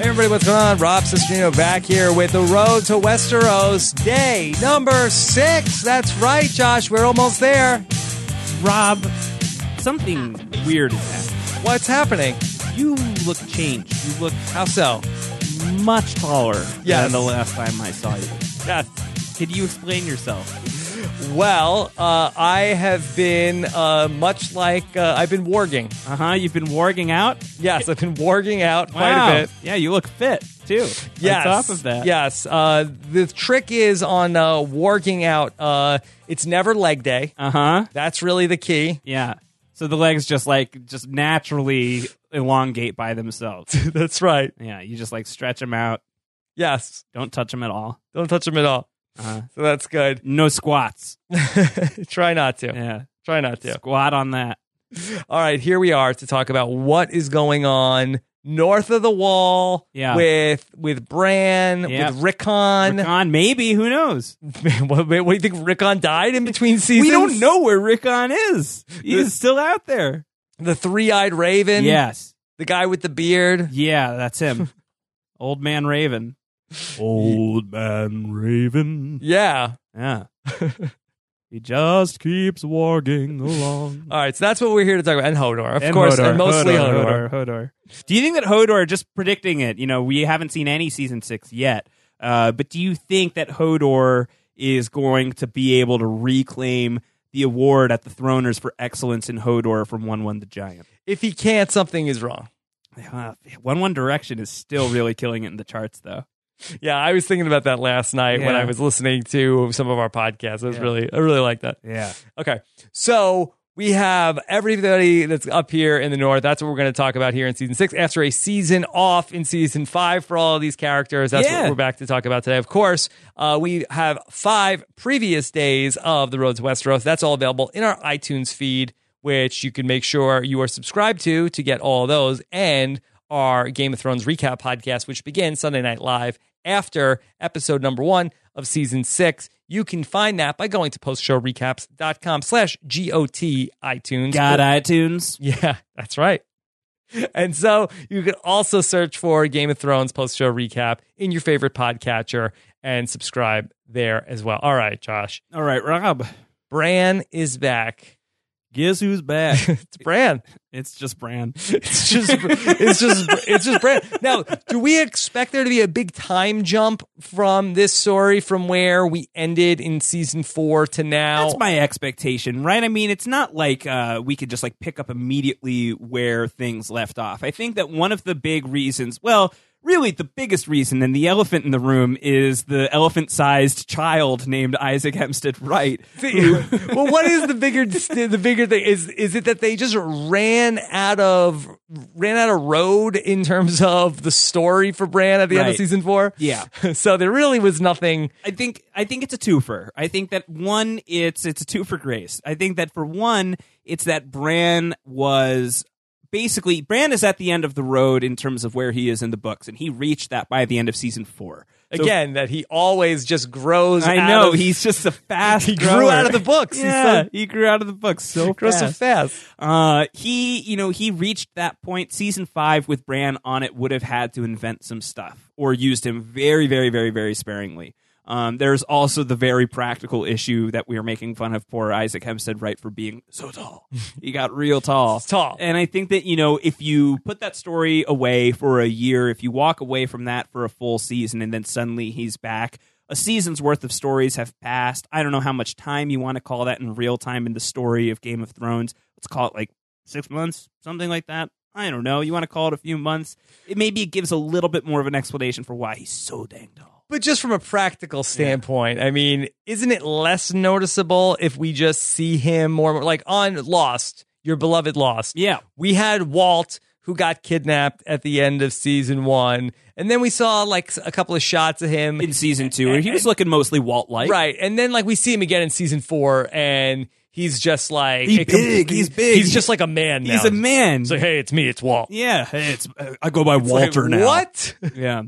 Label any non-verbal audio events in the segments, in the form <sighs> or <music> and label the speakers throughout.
Speaker 1: everybody? What's going on? Rob Cistino back here with the Road to Westeros, day number six. That's right, Josh. We're almost there.
Speaker 2: Rob, something weird is happening.
Speaker 1: What's happening?
Speaker 2: You look changed. You look
Speaker 1: How so?
Speaker 2: much taller
Speaker 1: Yes.
Speaker 2: than the last time I saw you. Yes. Could you explain yourself?
Speaker 1: Well, uh, I have been uh, much like uh, I've been warging.
Speaker 2: Uh huh. You've been warging out
Speaker 1: Yes, I've been warging out quite
Speaker 2: Wow.
Speaker 1: a bit.
Speaker 2: Yeah, you look fit too.
Speaker 1: Yes.
Speaker 2: On top of that,
Speaker 1: Yes. Uh, the trick is on uh, warging out. Uh, it's never leg day.
Speaker 2: Uh huh.
Speaker 1: That's really the key. <laughs>
Speaker 2: Yeah. So the legs just like just naturally elongate by themselves.
Speaker 1: That's right.
Speaker 2: yeah. You just like stretch them out.
Speaker 1: Yes.
Speaker 2: Don't touch them at all.
Speaker 1: Don't touch them at all.
Speaker 2: Uh-huh.
Speaker 1: So that's
Speaker 2: <laughs>
Speaker 1: good.
Speaker 2: No squats.
Speaker 1: Try not to.
Speaker 2: Yeah.
Speaker 1: Try not to.
Speaker 2: Squat on that.
Speaker 1: All right, here we are to talk about what is going on north of the wall
Speaker 2: Yeah.
Speaker 1: with with Bran,
Speaker 2: Yeah.
Speaker 1: with Rickon. <laughs>
Speaker 2: On maybe who knows?
Speaker 1: what, what do you think Rickon died in between seasons?
Speaker 2: We don't know where Rickon is. He's still out there.
Speaker 1: The three-eyed raven,
Speaker 2: yes.
Speaker 1: the guy with the beard.
Speaker 2: Yeah,
Speaker 1: <laughs>
Speaker 2: that's him. Old Man Raven. Old Man Raven.
Speaker 1: Yeah. <laughs>
Speaker 2: Yeah. he just keeps warging along.
Speaker 1: All right, so that's what we're here to talk about. And Hodor, of
Speaker 2: And
Speaker 1: course,
Speaker 2: Hodor,
Speaker 1: and mostly Hodor.
Speaker 2: Hodor, Hodor. Do you think that Hodor, just predicting it, you know, we haven't seen any season six yet, uh, but do you think that Hodor is going to be able to reclaim the award at the Throners for excellence in Hodor from 1 1 the Giant? <sighs>
Speaker 1: If he can't, something is wrong.
Speaker 2: Uh, One One Direction is still really killing it in the charts, though.
Speaker 1: Yeah, I was thinking about that last night when
Speaker 2: Yeah.
Speaker 1: I was listening to some of our podcasts. I was
Speaker 2: Yeah.
Speaker 1: really, I really like that.
Speaker 2: Yeah.
Speaker 1: Okay. So we have everybody that's up here in the north. That's what we're going to talk about here in season six. After a season off in season five for all of these characters, that's
Speaker 2: Yeah.
Speaker 1: what we're back to talk about today. Of course, uh, we have five previous days of the Road to Westeros. That's all available in our iTunes feed, which you can make sure you are subscribed to to get all those and our Game of Thrones recap podcast, which begins Sunday Night Live after episode number one of season six. You can find that by going to postshowrecaps.com slash GOT iTunes.
Speaker 2: Got iTunes.
Speaker 1: Yeah, <laughs> that's right. And so you can also search for Game of Thrones post show recap in your favorite podcatcher and subscribe there as well. All right, Josh.
Speaker 2: All right, Rob.
Speaker 1: Bran is back. <laughs>
Speaker 2: Guess who's back?
Speaker 1: It's Bran.
Speaker 2: it's just Bran.
Speaker 1: It's just it's just it's just Bran. Now, do we expect there to be a big time jump from this story from where we ended in season 4 to now?
Speaker 2: That's my expectation, right? I mean, it's not like uh, we could just like pick up immediately where things left off. I think that one of the big reasons, well, really the biggest reason, and the elephant in the room is the elephant-sized child named Isaac
Speaker 1: <laughs>
Speaker 2: Hempstead Wright.
Speaker 1: well, what is the bigger the bigger thing is is it that they just ran out of ran out of road in terms of the story for Bran at the end of
Speaker 2: Right.
Speaker 1: season four?
Speaker 2: Yeah.
Speaker 1: <laughs> so there really was nothing.
Speaker 2: I think I think it's a twofer. I think that one, it's it's a two for grace. I think that for one, it's that Bran was basically Bran is at the end of the road in terms of where he is in the books, and he reached that by the end of season four. So-
Speaker 1: Again, that he always just grows.
Speaker 2: I
Speaker 1: out
Speaker 2: know
Speaker 1: of-
Speaker 2: he's just a fast.
Speaker 1: <laughs> He grew
Speaker 2: grower.
Speaker 1: out of the books. He's
Speaker 2: Yeah,
Speaker 1: so-
Speaker 2: he grew out of the books so
Speaker 1: grows so
Speaker 2: fast.
Speaker 1: fast.
Speaker 2: Uh, he, you know, he reached that point. Season five with Bran on it would have had to invent some stuff or used him very, very, very, very sparingly. Um, there's also the very practical issue that we are making fun of poor Isaac Hempstead Wright for being so tall. he got real tall.
Speaker 1: tall.
Speaker 2: And I think that, you know, if you put that story away for a year, if you walk away from that for a full season and then suddenly he's back, a season's worth of stories have passed. I don't know how much time you want to call that in real time in the story of Game of Thrones. Let's call it like six months, something like that. I don't know. You want to call it a few months? It maybe it gives a little bit more of an explanation for why he's so dang tall.
Speaker 1: But just from a practical standpoint, I mean, isn't it less noticeable if we just see him more like on Lost, your beloved Lost?
Speaker 2: Yeah.
Speaker 1: We had Walt who got kidnapped at the end of season one, and then we saw like a couple of shots of him.
Speaker 2: In season two, he was looking mostly Walt like.
Speaker 1: right. And then like we see him again in season four, and he's just like
Speaker 2: He's
Speaker 1: a com-
Speaker 2: big, he's big.
Speaker 1: He's just like a man now.
Speaker 2: He's a man.
Speaker 1: He's like, hey, it's me, it's Walt.
Speaker 2: yeah. Hey, it's uh, I go by
Speaker 1: Like,
Speaker 2: Walter now.
Speaker 1: What? <laughs>
Speaker 2: Yeah.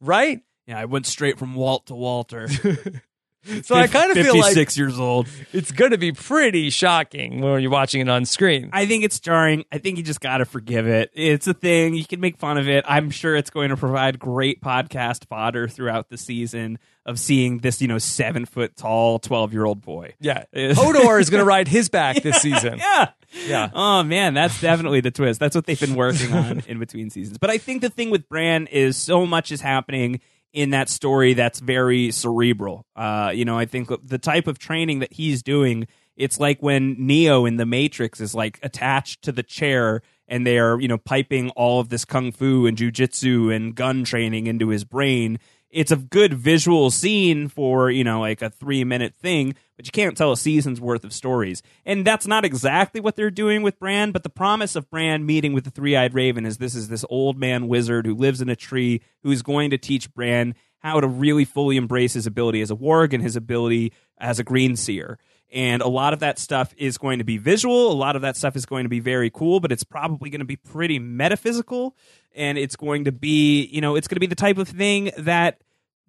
Speaker 1: Right?
Speaker 2: <laughs> Yeah, I went straight from Walt to Walter.
Speaker 1: So I kind of feel like
Speaker 2: 56 years old.
Speaker 1: it's going to be pretty shocking when you're watching it on screen.
Speaker 2: I think it's jarring. I think you just got to forgive it. It's a thing. You can make fun of it. I'm sure it's going to provide great podcast fodder throughout the season of seeing this, you know, seven foot tall, 12 year old boy. <laughs>
Speaker 1: yeah. Hodor is going to ride his back this season.
Speaker 2: Yeah.
Speaker 1: Yeah.
Speaker 2: Oh man, that's definitely the twist. That's what they've been working on in between seasons. But I think the thing with Bran is so much is happening in that story that's very cerebral. Uh, you know, I think the type of training that he's doing, it's like when Neo in the Matrix is like attached to the chair and they are, you know, piping all of this kung fu and jujitsu and gun training into his brain it's a good visual scene for you know like a three minute thing but you can't tell a season's worth of stories and that's not exactly what they're doing with bran but the promise of bran meeting with the three-eyed raven is this is this old man wizard who lives in a tree who is going to teach bran how to really fully embrace his ability as a warg and his ability as a green seer and a lot of that stuff is going to be visual. A lot of that stuff is going to be very cool, but it's probably going to be pretty metaphysical. And it's going to be, you know, it's going to be the type of thing that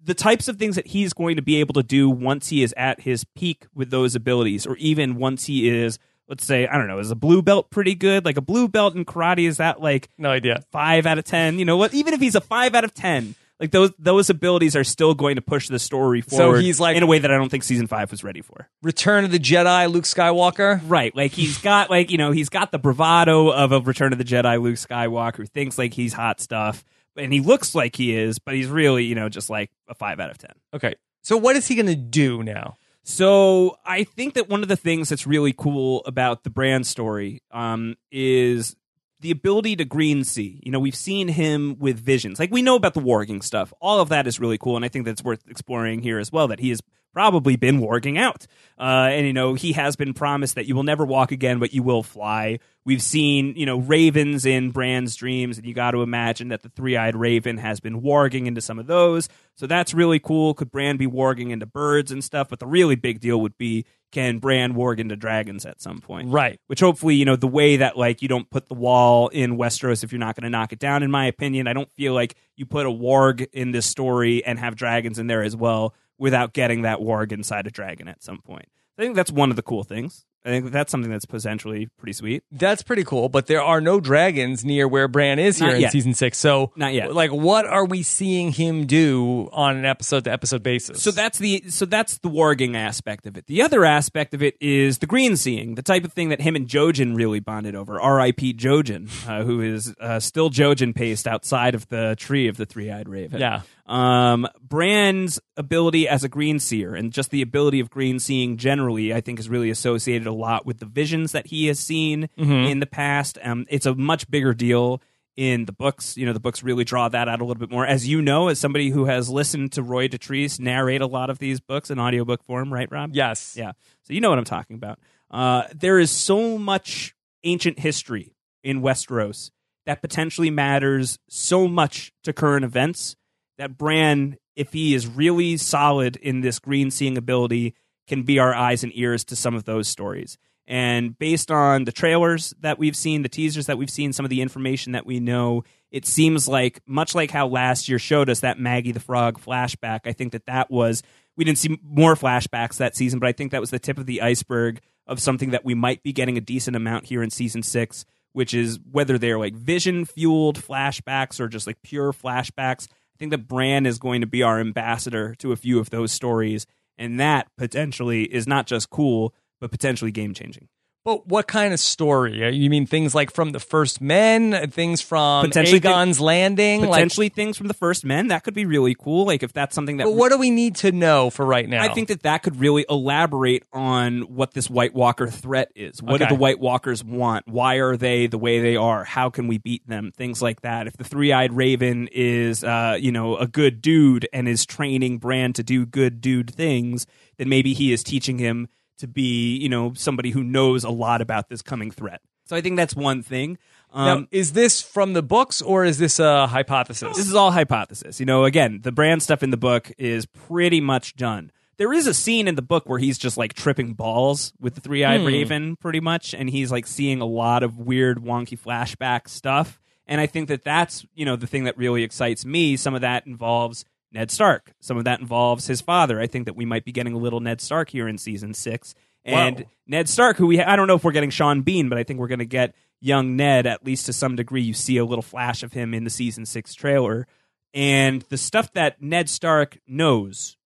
Speaker 2: the types of things that he's going to be able to do once he is at his peak with those abilities, or even once he is, let's say, I don't know, is a blue belt pretty good? Like a blue belt in karate, is that like
Speaker 1: No idea.
Speaker 2: five out of ten? You know what? Even if he's a five out of ten. Like those those abilities are still going to push the story forward
Speaker 1: he's like-
Speaker 2: in a way that I don't think season five was ready for.
Speaker 1: Return of the Jedi, Luke Skywalker.
Speaker 2: Right. Like he's got like, you know, he's got the bravado of a Return of the Jedi Luke Skywalker who thinks like he's hot stuff and he looks like he is, but he's really, you know, just like a 5 out of 10.
Speaker 1: Okay. So what is he going to do now?
Speaker 2: So I think that one of the things that's really cool about the brand story um, is the ability to green see. You know, we've seen him with visions. Like we know about the warging stuff. All of that is really cool, and I think that's worth exploring here as well. That he has probably been warging out, uh, and you know he has been promised that you will never walk again, but you will fly. We've seen you know ravens in Brand's dreams, and you got to imagine that the three eyed raven has been warging into some of those. So that's really cool. Could Brand be warging into birds and stuff? But the really big deal would be can Brand warg into dragons at some point?
Speaker 1: Right.
Speaker 2: which hopefully you know the way that like you don't put the wall in Westeros if you're not going to knock it down. In my opinion, I don't feel like you put a warg in this story and have dragons in there as well without getting that warg inside a dragon at some point. I think that's one of the cool things. I think that's something that's potentially pretty sweet.
Speaker 1: That's pretty cool, but there are no dragons near where Bran is here
Speaker 2: Not
Speaker 1: in
Speaker 2: yet.
Speaker 1: season six. So,
Speaker 2: Not yet.
Speaker 1: Like, what are we seeing him do on an episode to episode basis?
Speaker 2: So that's the so that's the warging aspect of it. The other aspect of it is the green seeing, the type of thing that him and Jojen really bonded over. R.I.P. Jojen, uh, who is uh, still Jojen paced outside of the tree of the three eyed raven.
Speaker 1: Yeah.
Speaker 2: Um, Bran's ability as a green seer and just the ability of green seeing generally, I think, is really associated a lot with the visions that he has seen in the past. Um, it's a much bigger deal in the books. You know, the books really draw that out a little bit more. As you know, as somebody who has listened to Roy Detrice narrate a lot of these books in audiobook form, right, Rob?
Speaker 1: yes.
Speaker 2: Yeah. So you know what I'm talking about. Uh, there is so much ancient history in Westeros that potentially matters so much to current events that Bran, if he is really solid in this green seeing ability, can be our eyes and ears to some of those stories. And based on the trailers that we've seen, the teasers that we've seen, some of the information that we know, it seems like, much like how last year showed us that Maggie the Frog flashback, I think that that was, we didn't see more flashbacks that season, but I think that was the tip of the iceberg of something that we might be getting a decent amount here in season six, which is whether they're like vision fueled flashbacks or just like pure flashbacks. I think that Bran is going to be our ambassador to a few of those stories. And that potentially is not just cool, but potentially game changing.
Speaker 1: But what kind of story? Uh, You mean things like from the First Men, uh, things from
Speaker 2: Potentially thi-
Speaker 1: Aegon's Landing?
Speaker 2: Potentially things from the first men. That could be really cool. Like if that's something that
Speaker 1: Like, but what do we need to know for right now?
Speaker 2: I think that that could really elaborate on what this White Walker threat is. What
Speaker 1: Okay.
Speaker 2: do the White Walkers want? Why are they the way they are? How can we beat them? Things like that. If the Three-Eyed Raven is, uh, you know, a good dude and is training Bran to do good dude things, then maybe he is teaching him to be, you know, somebody who knows a lot about this coming threat. So I think that's one thing.
Speaker 1: Now,
Speaker 2: Um,
Speaker 1: is this from the books or is this a hypothesis?
Speaker 2: this is all hypothesis. You know, again, the brand stuff in the book is pretty much done. There is a scene in the book where he's just like tripping balls with the three eyed raven, pretty much, and he's like seeing a lot of weird, wonky flashback stuff. And I think that that's, you know, the thing that really excites me. Some of that involves Ned Stark. Some of that involves his father. I think that we might be getting a little Ned Stark here in season six. And
Speaker 1: Wow.
Speaker 2: Ned Stark, who we I don't know if we're getting Sean Bean, but I think we're going to get young Ned at least to some degree. You see a little flash of him in the season six trailer, and the stuff that Ned Stark knows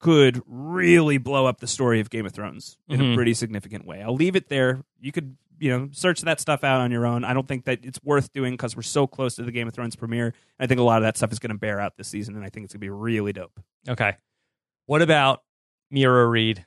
Speaker 2: could really blow up the story of Game of Thrones in
Speaker 1: Mhm.
Speaker 2: a pretty significant way. I'll leave it there. You could you know search that stuff out on your own. I don't think that it's worth doing because we're so close to the Game of Thrones premiere. I think a lot of that stuff is going to bear out this season, and I think it's going to be really dope. <laughs>
Speaker 1: Okay. What about Mira Reed?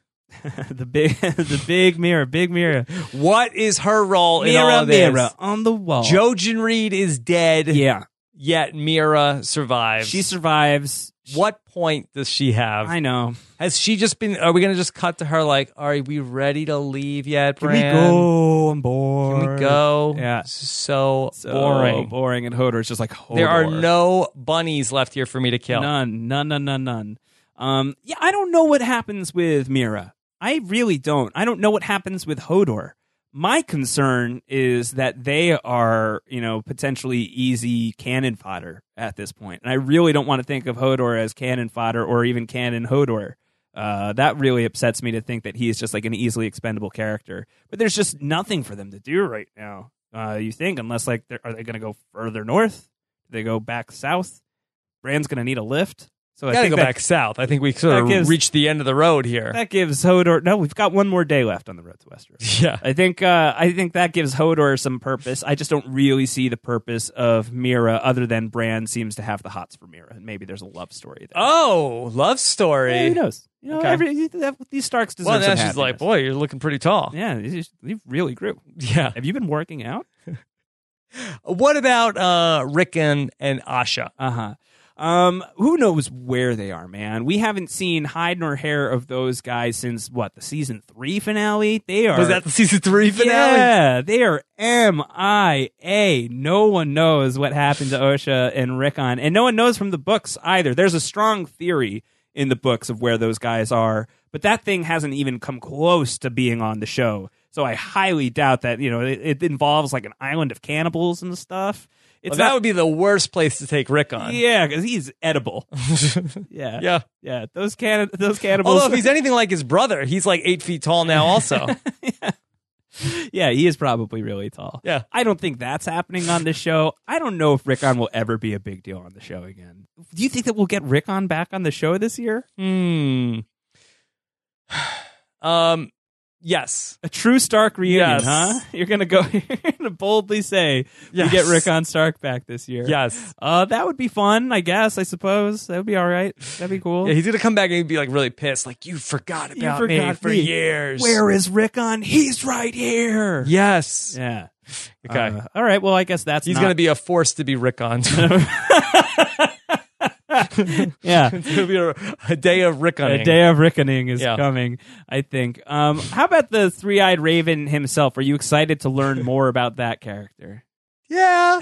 Speaker 2: the big, <laughs> the big mirror, big mirror,
Speaker 1: What is her role in all
Speaker 2: mirror,
Speaker 1: of this?
Speaker 2: mirror on the wall.
Speaker 1: Jojen Reed is dead,
Speaker 2: yeah,
Speaker 1: yet Mira survives.
Speaker 2: she survives.
Speaker 1: what point does she have?
Speaker 2: I know.
Speaker 1: Has she just been? Are we gonna just cut to her like, are we ready to leave yet,
Speaker 2: Can we
Speaker 1: Bran?
Speaker 2: go on board?
Speaker 1: Can we go?
Speaker 2: Yeah.
Speaker 1: This is So,
Speaker 2: So
Speaker 1: boring.
Speaker 2: boring. And Hodor is just like Hodor.
Speaker 1: There are no bunnies left here for me to kill.
Speaker 2: None, none, none, none, none. Um, yeah, I don't know what happens with Mira. I really don't. I don't know what happens with Hodor. My concern is that they are, you know, potentially easy cannon fodder at this point, and I really don't want to think of Hodor as cannon fodder or even cannon Hodor. Uh, that really upsets me to think that he is just like an easily expendable character. But there's just nothing for them to do right now. Uh, you think, unless like, they're- are they going to go further north? Do they go back south? Bran's going to need a lift. So I
Speaker 1: Gotta
Speaker 2: think
Speaker 1: go
Speaker 2: that,
Speaker 1: back south. I think we sort of
Speaker 2: that gives-
Speaker 1: reached the end of the road here.
Speaker 2: that gives Hodor. No, we've got one more day left on the road to Westeros.
Speaker 1: <laughs> yeah.
Speaker 2: I think uh, I think that gives Hodor some purpose. I just don't really see the purpose of Mira, other than Bran seems to have the hots for Mira, and maybe there's a love story there.
Speaker 1: Oh, love
Speaker 2: Yeah, who
Speaker 1: story.
Speaker 2: knows? You know,
Speaker 1: Okay.
Speaker 2: every, that- these Starks deserve
Speaker 1: well, now
Speaker 2: some
Speaker 1: she's like,
Speaker 2: happiness.
Speaker 1: boy, you're looking pretty tall.
Speaker 2: Yeah, you just- you really grew.
Speaker 1: Yeah.
Speaker 2: Have you been working out?
Speaker 1: What about uh, Rickon and Asha?
Speaker 2: Uh huh. Um, who knows where they are, man? We haven't seen hide nor hair of those guys since what the season three finale. They are
Speaker 1: Was that the season three finale?
Speaker 2: Yeah, they are MIA. No one knows what happened to Osha and Rickon, and no one knows from the books either. There's a strong theory in the books of where those guys are, but that thing hasn't even come close to being on the show. So I highly doubt that. You know, it, it involves like an island of cannibals and stuff. It's
Speaker 1: Well, that would be the worst place to take Rickon.
Speaker 2: yeah, because he's
Speaker 1: <laughs>
Speaker 2: edible. Yeah,
Speaker 1: yeah.
Speaker 2: yeah. Those can those cannibals.
Speaker 1: Although if he's anything like his brother, he's like eight feet tall now.
Speaker 2: <laughs>
Speaker 1: Also,
Speaker 2: yeah, he is probably really tall.
Speaker 1: Yeah.
Speaker 2: I don't think that's happening on this show. I don't know if Rickon will ever be a big deal on the show again. Do you think that we'll get Rickon back on the show this year?
Speaker 1: hmm. Um. Yes.
Speaker 2: A true Stark reunion,
Speaker 1: Yes.
Speaker 2: huh? <laughs> You're gonna go. You're gonna boldly say
Speaker 1: Yes.
Speaker 2: we get <laughs> Rickon Stark back this year.
Speaker 1: Yes.
Speaker 2: uh, that would be fun. I guess. I suppose that would be all right. That'd be cool.
Speaker 1: Yeah, he's gonna come back and he'd be like really pissed, like you forgot about
Speaker 2: You forgot
Speaker 1: me for
Speaker 2: me.
Speaker 1: years.
Speaker 2: Where is Rickon? He's right here.
Speaker 1: Yes.
Speaker 2: Yeah.
Speaker 1: Okay.
Speaker 2: Uh, all right. Well, I guess that's
Speaker 1: he's
Speaker 2: not-
Speaker 1: gonna be a force to be Rickon. <laughs> it's
Speaker 2: <laughs> <laughs> yeah.
Speaker 1: gonna be a, a day of Rickon.
Speaker 2: A day of reckoning is
Speaker 1: Yeah.
Speaker 2: coming, I think. Um, how about the three eyed raven himself? Are you excited to <laughs> learn more about that character? <laughs>
Speaker 1: Yeah.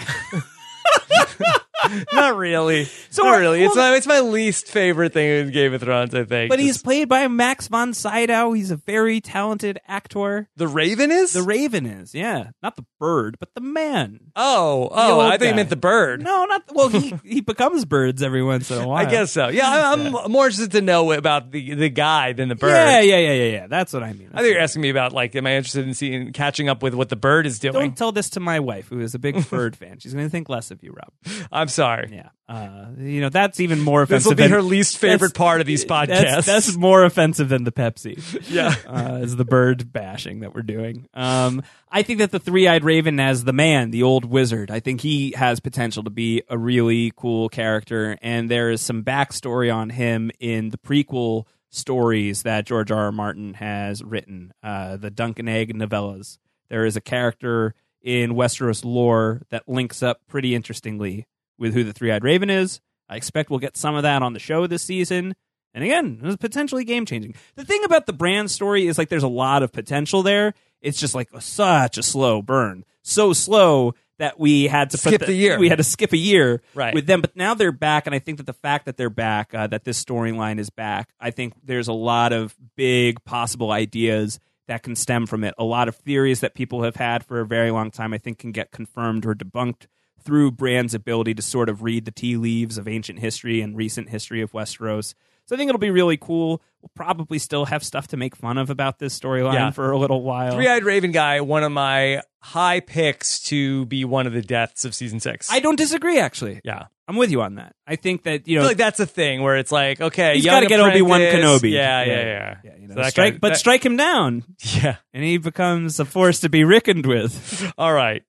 Speaker 1: Not really.
Speaker 2: So
Speaker 1: Not
Speaker 2: are-
Speaker 1: really. it's
Speaker 2: well-
Speaker 1: my it's my least favorite thing in Game of Thrones. I think.
Speaker 2: But he's
Speaker 1: Just-
Speaker 2: played by Max von Sydow. He's a very talented actor.
Speaker 1: the Raven is.
Speaker 2: The raven is, yeah. Not the bird, but the man.
Speaker 1: oh, oh,
Speaker 2: old
Speaker 1: I think
Speaker 2: guy.
Speaker 1: you meant the bird.
Speaker 2: No, not well. He he becomes birds every once in a while.
Speaker 1: I guess so. Yeah, I, I'm more interested to know about the the guy than the bird.
Speaker 2: Yeah, yeah, yeah, yeah, yeah. That's what I mean.
Speaker 1: I think you're asking me about like, am I interested in seeing catching up with what the bird is doing?
Speaker 2: Don't tell this to my wife, who is a <laughs> big bird fan. She's going to think less of you, Rob.
Speaker 1: I'm sorry.
Speaker 2: Yeah, uh, you know that's even more
Speaker 1: This
Speaker 2: offensive.
Speaker 1: will be
Speaker 2: than-
Speaker 1: her least favorite
Speaker 2: That's-
Speaker 1: part of these podcasts.
Speaker 2: That's, <laughs> that's more offensive than the Pepsi.
Speaker 1: <laughs> Yeah.
Speaker 2: uh, is the bird bashing that we're doing. Um, I think that the three-eyed raven as the man, the old wizard. I think he has potential to be a really cool character, and there is some backstory on him in the prequel stories that George R. R. Martin has written, uh, the Duncan Egg novellas. There is a character in Westeros lore that links up pretty interestingly with who the three-eyed raven is. I expect we'll get some of that on the show this season. And again, it was potentially game changing. The thing about the brand story is like there's a lot of potential there. It's just like such a slow burn, so slow that we had to put
Speaker 1: Skip the year.
Speaker 2: We had to skip a year
Speaker 1: Right.
Speaker 2: with them, but now they're back, and I think that the fact that they're back, uh, that this storyline is back, I think there's a lot of big possible ideas that can stem from it. A lot of theories that people have had for a very long time, I think, can get confirmed or debunked through Brand's ability to sort of read the tea leaves of ancient history and recent history of Westeros. So I think it'll be really cool. We'll probably still have stuff to make fun of about this storyline
Speaker 1: Yeah.
Speaker 2: for a little while.
Speaker 1: Three Eyed Raven guy, one of my high picks to be one of the deaths of season six.
Speaker 2: I don't disagree, actually.
Speaker 1: yeah,
Speaker 2: I'm with you on that. I think that,
Speaker 1: I
Speaker 2: you know,
Speaker 1: feel like that's a thing where it's like, okay,
Speaker 2: he's
Speaker 1: got to
Speaker 2: get Obi Wan Kenobi.
Speaker 1: Yeah, yeah, yeah.
Speaker 2: Yeah, you know,
Speaker 1: So that
Speaker 2: strike,
Speaker 1: guy-
Speaker 2: but
Speaker 1: that-
Speaker 2: strike him down,
Speaker 1: <laughs> yeah.
Speaker 2: and he becomes a force to be reckoned with.
Speaker 1: <laughs> All right,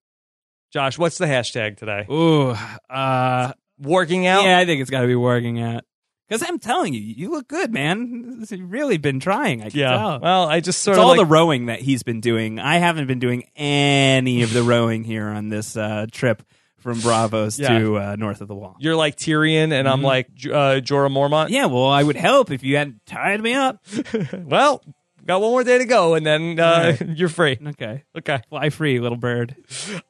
Speaker 1: Josh, what's the hashtag today?
Speaker 2: Ooh, uh,
Speaker 1: Working out.
Speaker 2: yeah, I think it's got to be working out. Because I'm telling you, you look good, man. You've really been trying. I can
Speaker 1: Yeah.
Speaker 2: tell.
Speaker 1: Well, I just sort
Speaker 2: it's
Speaker 1: of
Speaker 2: all
Speaker 1: like,
Speaker 2: the rowing that he's been doing. I haven't been doing any of the rowing here on this uh, trip from Bravos
Speaker 1: Yeah.
Speaker 2: to uh, north of the wall.
Speaker 1: you're like Tyrion, and I'm
Speaker 2: Mhm.
Speaker 1: like J- uh, Jorah Mormont.
Speaker 2: Yeah, well, I would help if you hadn't tied me up.
Speaker 1: well, got one more day to go, and then uh, <laughs> you're free.
Speaker 2: Okay,
Speaker 1: Okay.
Speaker 2: fly free, little bird.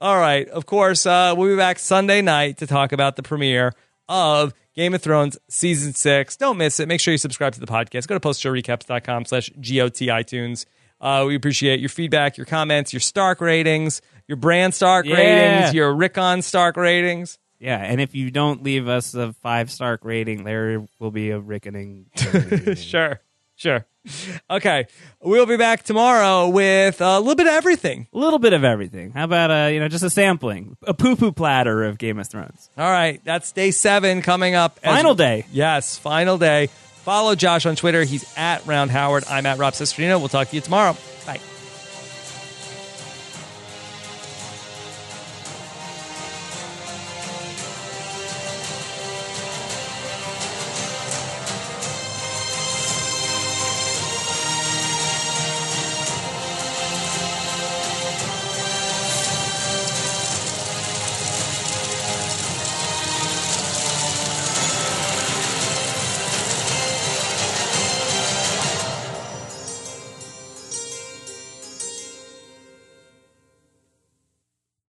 Speaker 1: All right. Of course, uh, we'll be back Sunday night to talk about the premiere of Game of Thrones season six. Don't miss it. Make sure you subscribe to the podcast. Go to postshowrecaps.com slash GOT iTunes. Uh, we appreciate your feedback, your comments, your Stark ratings, your brand Stark
Speaker 2: Yeah.
Speaker 1: ratings, your Rickon Stark ratings.
Speaker 2: Yeah, and if you don't leave us a five star rating, there will be a reckoning.
Speaker 1: <laughs> Sure. Sure. Okay. We'll be back tomorrow with a little bit of everything.
Speaker 2: A little bit of everything. How about uh, you know, just a sampling, a poo poo platter of Game of Thrones.
Speaker 1: All right. That's day seven coming up. as-
Speaker 2: Final day.
Speaker 1: Yes, final day. Follow Josh on Twitter. He's at Round Howard. I'm at Rob Sestrino. We'll talk to you tomorrow. Bye.